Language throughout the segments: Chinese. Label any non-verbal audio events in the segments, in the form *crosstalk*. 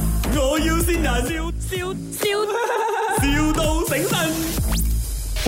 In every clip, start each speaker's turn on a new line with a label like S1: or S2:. S1: 要先人，笑笑笑，, *laughs* 笑到醒神。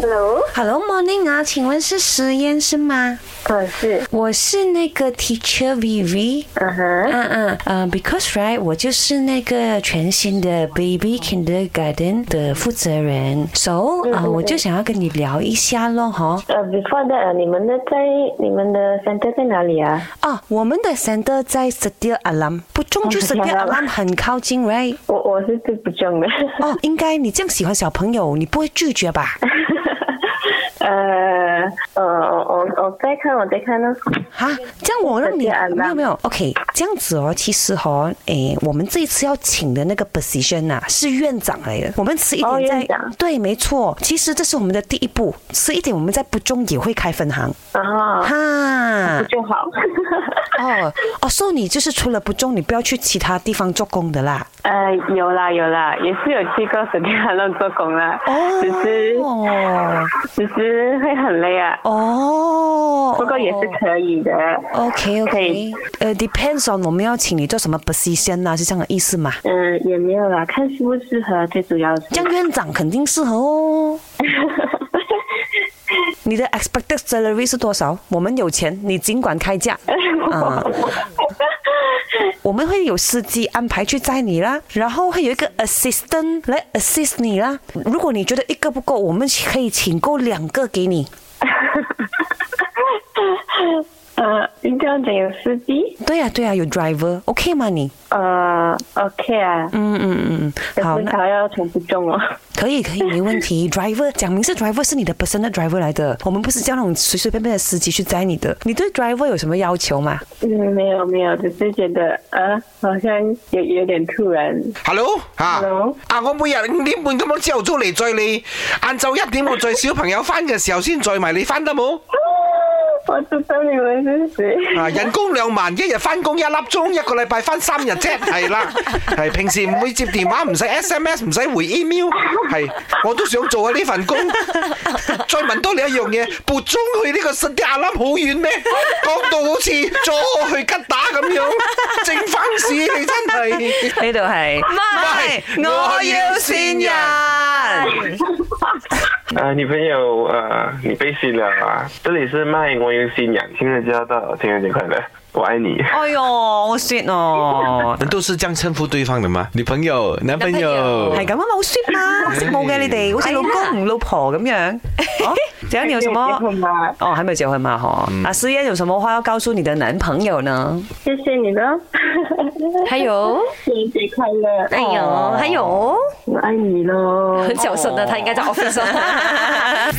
S2: Hello，
S3: Hello morning 啊，请问是实验室吗？
S2: 嗯是，
S3: 我是那个 teacher Vivi。
S2: 嗯哼，
S3: 嗯嗯嗯，because right，我就是那个全新的 baby kindergarten 的负责人，so
S2: 嗯
S3: 啊、我就想要跟你聊一下咯，哈。
S2: 呃，before that，呃你们的在你们的 center 在哪里啊？
S3: 哦，我们的 center 在 Setia Alam，不中
S2: 哦
S3: 就 Setia Alam 很靠近，right？
S2: 我我是最不中的， *laughs*
S3: 哦，应该你这样喜欢小朋友，你不会拒绝吧？
S2: 呃呃，我我我在看我在看那，
S3: 哈，这样我让你
S2: Setia Alam
S3: 没有没有，OK，这样子哦，其实哦，诶，我们这一次要请的那个 position 啊，是院长来的，我们迟一
S2: 哦
S3: 点
S2: 院
S3: 再、
S2: 长
S3: 对，没错，其实这是我们的第一步，迟一点我们在不中也会开分行，
S2: 然后
S3: 哈，
S2: 啊就好， *laughs*
S3: 哦哦，所以你就是除了不中，你不要去其他地方做工的啦，
S2: 呃有啦有啦，也是有去过水电行那做工啦，只是
S3: 哦
S2: 只是会很累啊，
S3: 哦，
S2: 不过也是可以的，
S3: OK
S2: 可
S3: OK，
S2: 以
S3: 呃，depends on 我们要请你做什么 position 啊，是这样的意思嘛？
S2: 嗯、也没有啦，看适不适合最主要是，
S3: 这样院长肯定适合哦。你的 expected salary 是多少？我们有钱，你尽管开价。啊，我们会有司机安排去载你啦，然后会有一个 assistant 来 assist 你啦。如果你觉得一个不够，我们可以请够两个给你。
S2: *laughs* 呃，你这样讲有司机？
S3: 对呀、对呀、有 driver，OK、吗你？
S2: 呃，OK 啊，
S3: 嗯嗯嗯嗯，好，
S2: 可是
S3: 那
S2: 他要从不中哦。
S3: 可以可以，没问题。driver 讲明是 driver 是你的 personal driver 来的，我们不是叫那种随随便便的司机去载你的。你对 driver 有什么要求吗？
S2: 嗯，没有没有，只是觉得呃，好像有有点突然。
S4: Hello，吓
S2: Hello
S4: 啊！我每日五點半咁樣朝頭早嚟載你，晏晝一點我載小朋友翻嘅時候先載埋你翻得冇？
S2: 啊我知道你们是谁。
S4: 啊，人工兩萬，一日翻工一粒鐘，一個禮拜翻三日啫，係啦，係平時唔會接電話，唔使 SMS，唔使回 email，係我都想做啊呢份工。再問多你一樣嘢，撥鐘去呢個新啲阿冧好遠咩？講到好似咗去吉打咁樣，正翻市你真係。
S3: 呢度係，
S4: 唔係我要先
S3: 人。
S5: 呃，女朋友，呃，你被新了啊？这里是卖我有新娘，情人节要到了，情人节快乐，我爱你。
S3: 哎呦，好 sweet 哦，
S4: 人都是这样称呼对方的吗？女朋友、男朋友，
S3: 係咁啊嘛，好 sweet 嘛，識冇嘅你哋，好似老公唔老婆咁樣。 *laughs* 哦，怎樣你有什
S2: 没结
S3: 麼？
S2: 婚吧？
S3: 哦，還沒有結婚嘛？哈，啊，思燕有什麼話要告訴你的男朋友呢？
S2: 谢谢你 *laughs* 的，
S6: 还有，
S2: 情人节快乐，
S6: 哎呦，还有，哦
S2: 我爱你喽。
S6: 很小声的，他应该在 office 哦。